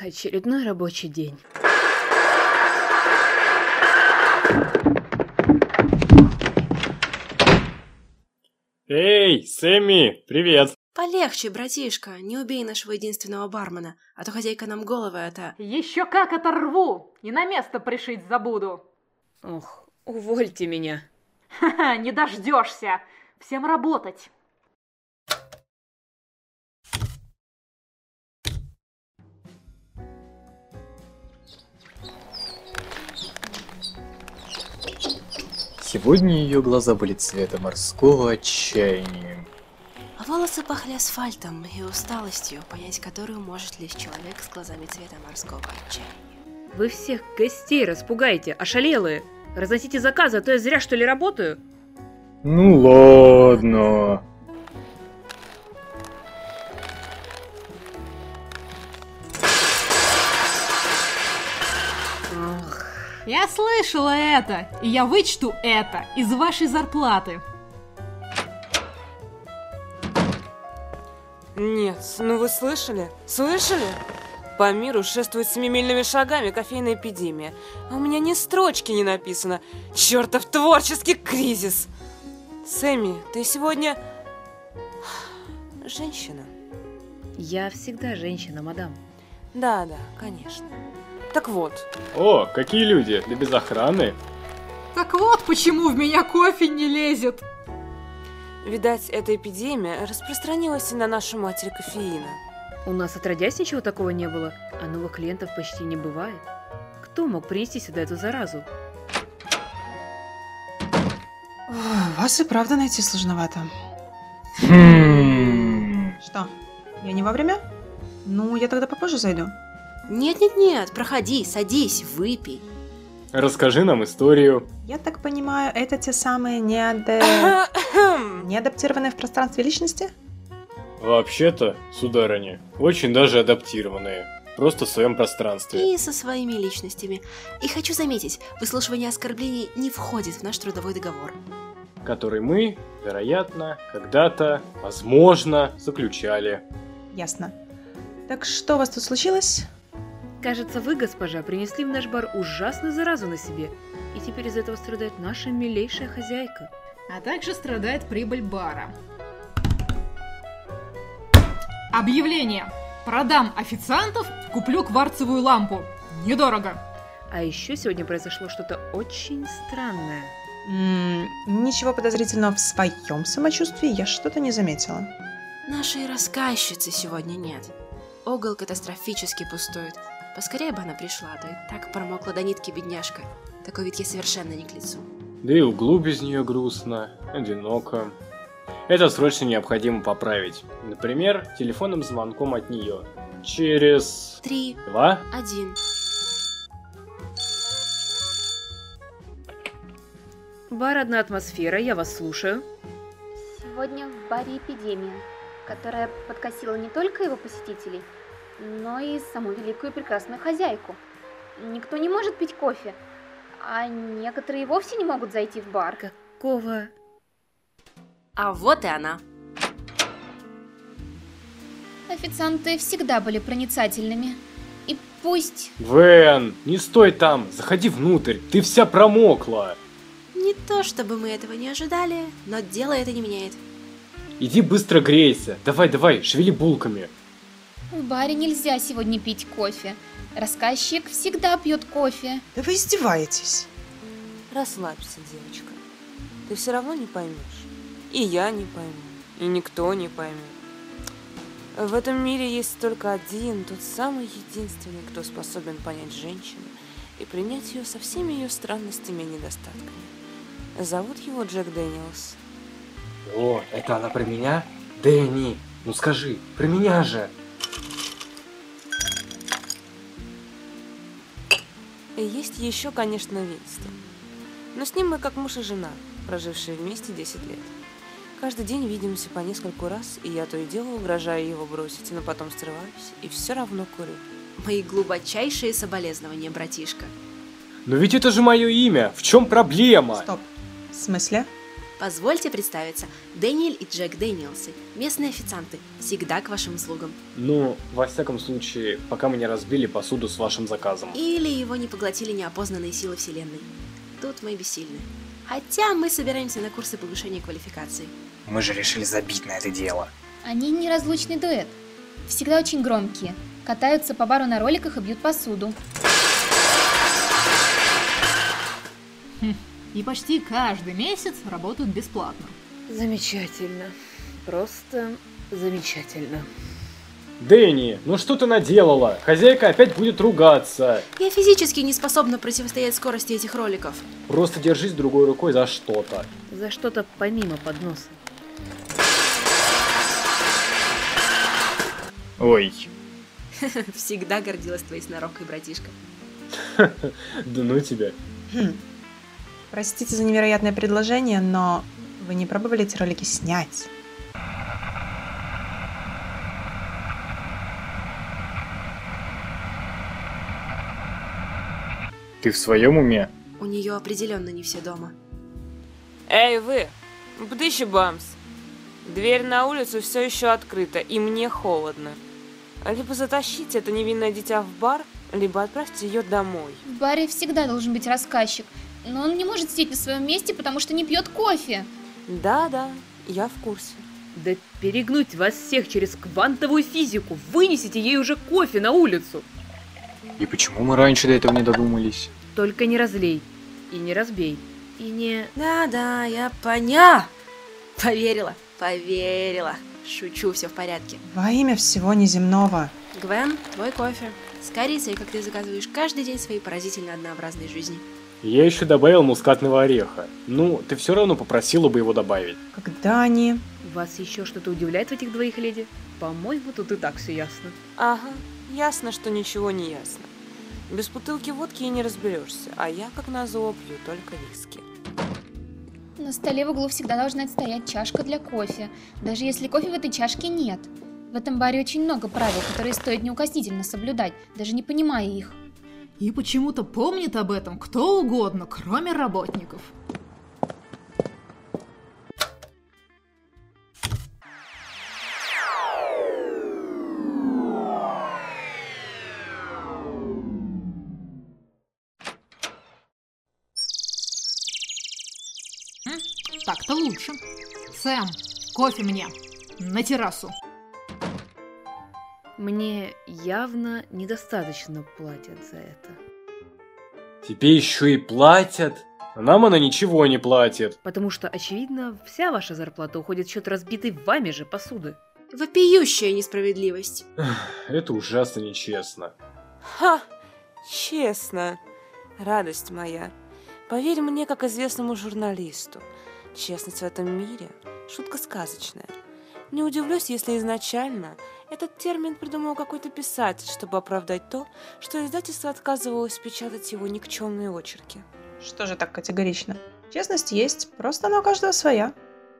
Очередной рабочий день. Эй, Сэмми, привет! Полегче, братишка, не убей нашего единственного бармена, а то хозяйка нам э, головы это... Еще как оторву! И на место пришить забуду! Ох, увольте меня. Ха-ха, не дождешься! Всем работать! Сегодня ее глаза были цвета морского отчаяния. А волосы пахли асфальтом и усталостью, понять которую может лишь человек с глазами цвета морского отчаяния. Вы всех гостей распугаете, ошалелые. Разносите заказы, а то я зря что ли работаю. Ну ладно. Ах, Я слышала это, и я вычту это из вашей зарплаты. Нет, ну вы слышали? Слышали? По миру шествует семимильными шагами кофейная эпидемия. А у меня ни строчки не написано. Чертов творческий кризис! Сэмми, ты сегодня... Женщина. я всегда женщина, мадам. Да, да, конечно. Так вот, О, какие люди, да без охраны. Так вот, почему в меня кофе не лезет. видать, эта эпидемия распространилась и на нашу матерь кофеина. У нас отродясь ничего такого не было, а новых клиентов почти не бывает. Кто мог принести сюда эту заразу? Ох, Вас и правда найти сложновато. Хм. Что, я не вовремя? Ну, я тогда попозже зайду. Нет-нет-нет, проходи, садись, выпей. Расскажи нам историю. Я так понимаю, это те самые неаде... неадаптированные в пространстве личности? Вообще-то, сударыня, очень даже адаптированные. Просто в своем пространстве. И со своими личностями. И хочу заметить, выслушивание оскорблений не входит в наш трудовой договор. Который мы, вероятно, когда-то, возможно, заключали. Ясно. Так что у вас тут случилось? Кажется, вы, госпожа, принесли в наш бар ужасную заразу на себе. И теперь из этого страдает наша милейшая хозяйка. А также страдает прибыль бара. Объявление. Продам официантов, куплю кварцевую лампу. Недорого. А еще сегодня произошло что-то очень странное. М, ничего подозрительного в своем самочувствии я что-то не заметила. Нашей рассказчицы сегодня нет. Угол катастрофически пустует. Поскорее бы она пришла, да и так промокла до нитки бедняжка. Такой вид ей совершенно не к лицу. Да и углу без нее грустно, одиноко. Это срочно необходимо поправить. Например, телефонным звонком от нее. Через... Три, Два? один. Бар одна атмосфера, я вас слушаю. Сегодня в баре эпидемия, которая подкосила не только его посетителей, но и саму великую и прекрасную хозяйку. Никто не может пить кофе, а некоторые и вовсе не могут зайти в бар. Какого... А вот и она. Официанты всегда были проницательными. И пусть... Вен, не стой там, заходи внутрь, ты вся промокла. Не то чтобы мы этого не ожидали, но дело это не меняет. Иди быстро грейся, давай, давай, шевели булками. В баре нельзя сегодня пить кофе. Рассказчик всегда пьет кофе. Да вы издеваетесь. Расслабься, девочка. Ты все равно не поймешь. И я не пойму. И никто не поймет. В этом мире есть только один, тот самый единственный, кто способен понять женщину и принять ее со всеми ее странностями и недостатками. Зовут его Джек Дэниелс. О, это она про меня? Дэнни, ну скажи, про меня же. И есть еще, конечно, Винстон. Но с ним мы как муж и жена, прожившие вместе 10 лет. Каждый день видимся по нескольку раз, и я то и дело угрожаю его бросить, но потом срываюсь и все равно курю. Мои глубочайшие соболезнования, братишка. Но ведь это же мое имя, в чем проблема? Стоп. В смысле? Позвольте представиться, Дэниэль и Джек Дэниелсы, местные официанты, всегда к вашим услугам. Ну, во всяком случае, пока мы не разбили посуду с вашим заказом. Или его не поглотили неопознанные силы Вселенной. Тут мы бессильны. Хотя мы собираемся на курсы повышения квалификации. Мы же решили забить на это дело. Они неразлучный дуэт. Всегда очень громкие. Катаются по бару на роликах и бьют посуду. И почти каждый месяц работают бесплатно. Замечательно. Просто замечательно. Дэнни, ну что ты наделала? Хозяйка опять будет ругаться. Я физически не способна противостоять скорости этих роликов. Просто держись другой рукой за что-то. За что-то помимо подноса. Ой, Всегда гордилась твоей снорокой, братишка. Да ну тебя. Хм. Простите за невероятное предложение, но вы не пробовали эти ролики снять? ты в своем уме? У нее определенно не все дома. Эй, вы! Бдыщи бамс! Дверь на улицу все еще открыта, и мне холодно. Либо затащите это невинное дитя в бар, либо отправьте ее домой. В баре всегда должен быть рассказчик, но он не может сидеть на своем месте, потому что не пьет кофе. Да-да, я в курсе. Да перегнуть вас всех через квантовую физику! Вынесите ей уже кофе на улицу! И почему мы раньше до этого не додумались? Только не разлей. И не разбей. И не... Да-да, я поня. Поверила, поверила. Шучу, все в порядке. Во имя всего неземного. Гвен, твой кофе. С корицей, как ты заказываешь каждый день своей поразительно однообразной жизни. Я еще добавил мускатного ореха. Ну, ты все равно попросила бы его добавить. Когда они... Вас еще что-то удивляет в этих двоих леди? По-моему, тут и так все ясно. Ага, ясно, что ничего не ясно. Без бутылки водки и не разберешься, а я, как назло, пью только виски. На столе в углу всегда должна стоять чашка для кофе, даже если кофе в этой чашке нет. В этом баре очень много правил, которые стоит неукоснительно соблюдать, даже не понимая их. И почему-то помнит об этом кто угодно, кроме работников. М, Так-то лучше. Сэм, кофе мне. На террасу. Мне явно недостаточно платят за это. Тебе еще и платят? А Нам она ничего не платит. Потому что, очевидно, вся ваша зарплата уходит в счет разбитой вами же посуды. Вопиющая несправедливость. Это ужасно нечестно. Ха! Честно. Радость моя. Поверь мне, как известному журналисту, честность в этом мире – шутка сказочная. Не удивлюсь, если изначально этот термин придумал какой-то писатель, чтобы оправдать то, что издательство отказывалось печатать его никчемные очерки. Что же так категорично? Честность есть, просто она у каждого своя.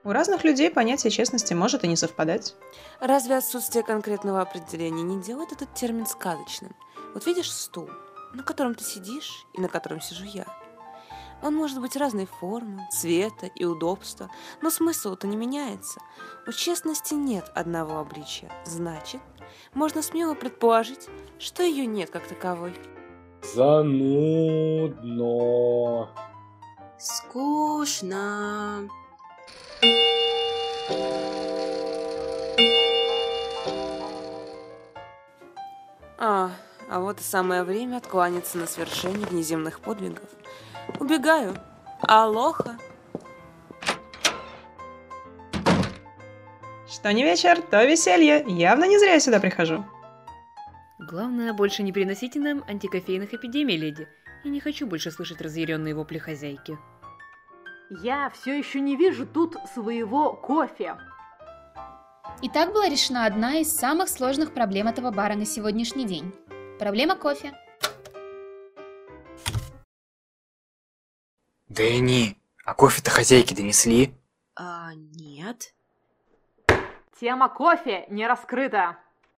У разных людей понятие честности может и не совпадать. Разве отсутствие конкретного определения не делает этот термин сказочным? Вот видишь стул, на котором ты сидишь и на котором сижу я. Он может быть разной формы, цвета и удобства, но смысл-то не меняется. У честности нет одного обличия, значит, можно смело предположить, что ее нет как таковой. Занудно. Скучно. А, а вот и самое время откланяться на свершение внеземных подвигов. Убегаю. Алоха. Что не вечер, то веселье. Явно не зря я сюда прихожу. Главное, больше не приносите нам антикофейных эпидемий, леди. И не хочу больше слышать разъяренные вопли хозяйки. Я все еще не вижу тут своего кофе. И так была решена одна из самых сложных проблем этого бара на сегодняшний день. Проблема кофе. Дэнни, а кофе-то хозяйки донесли? А, нет. Тема кофе не раскрыта.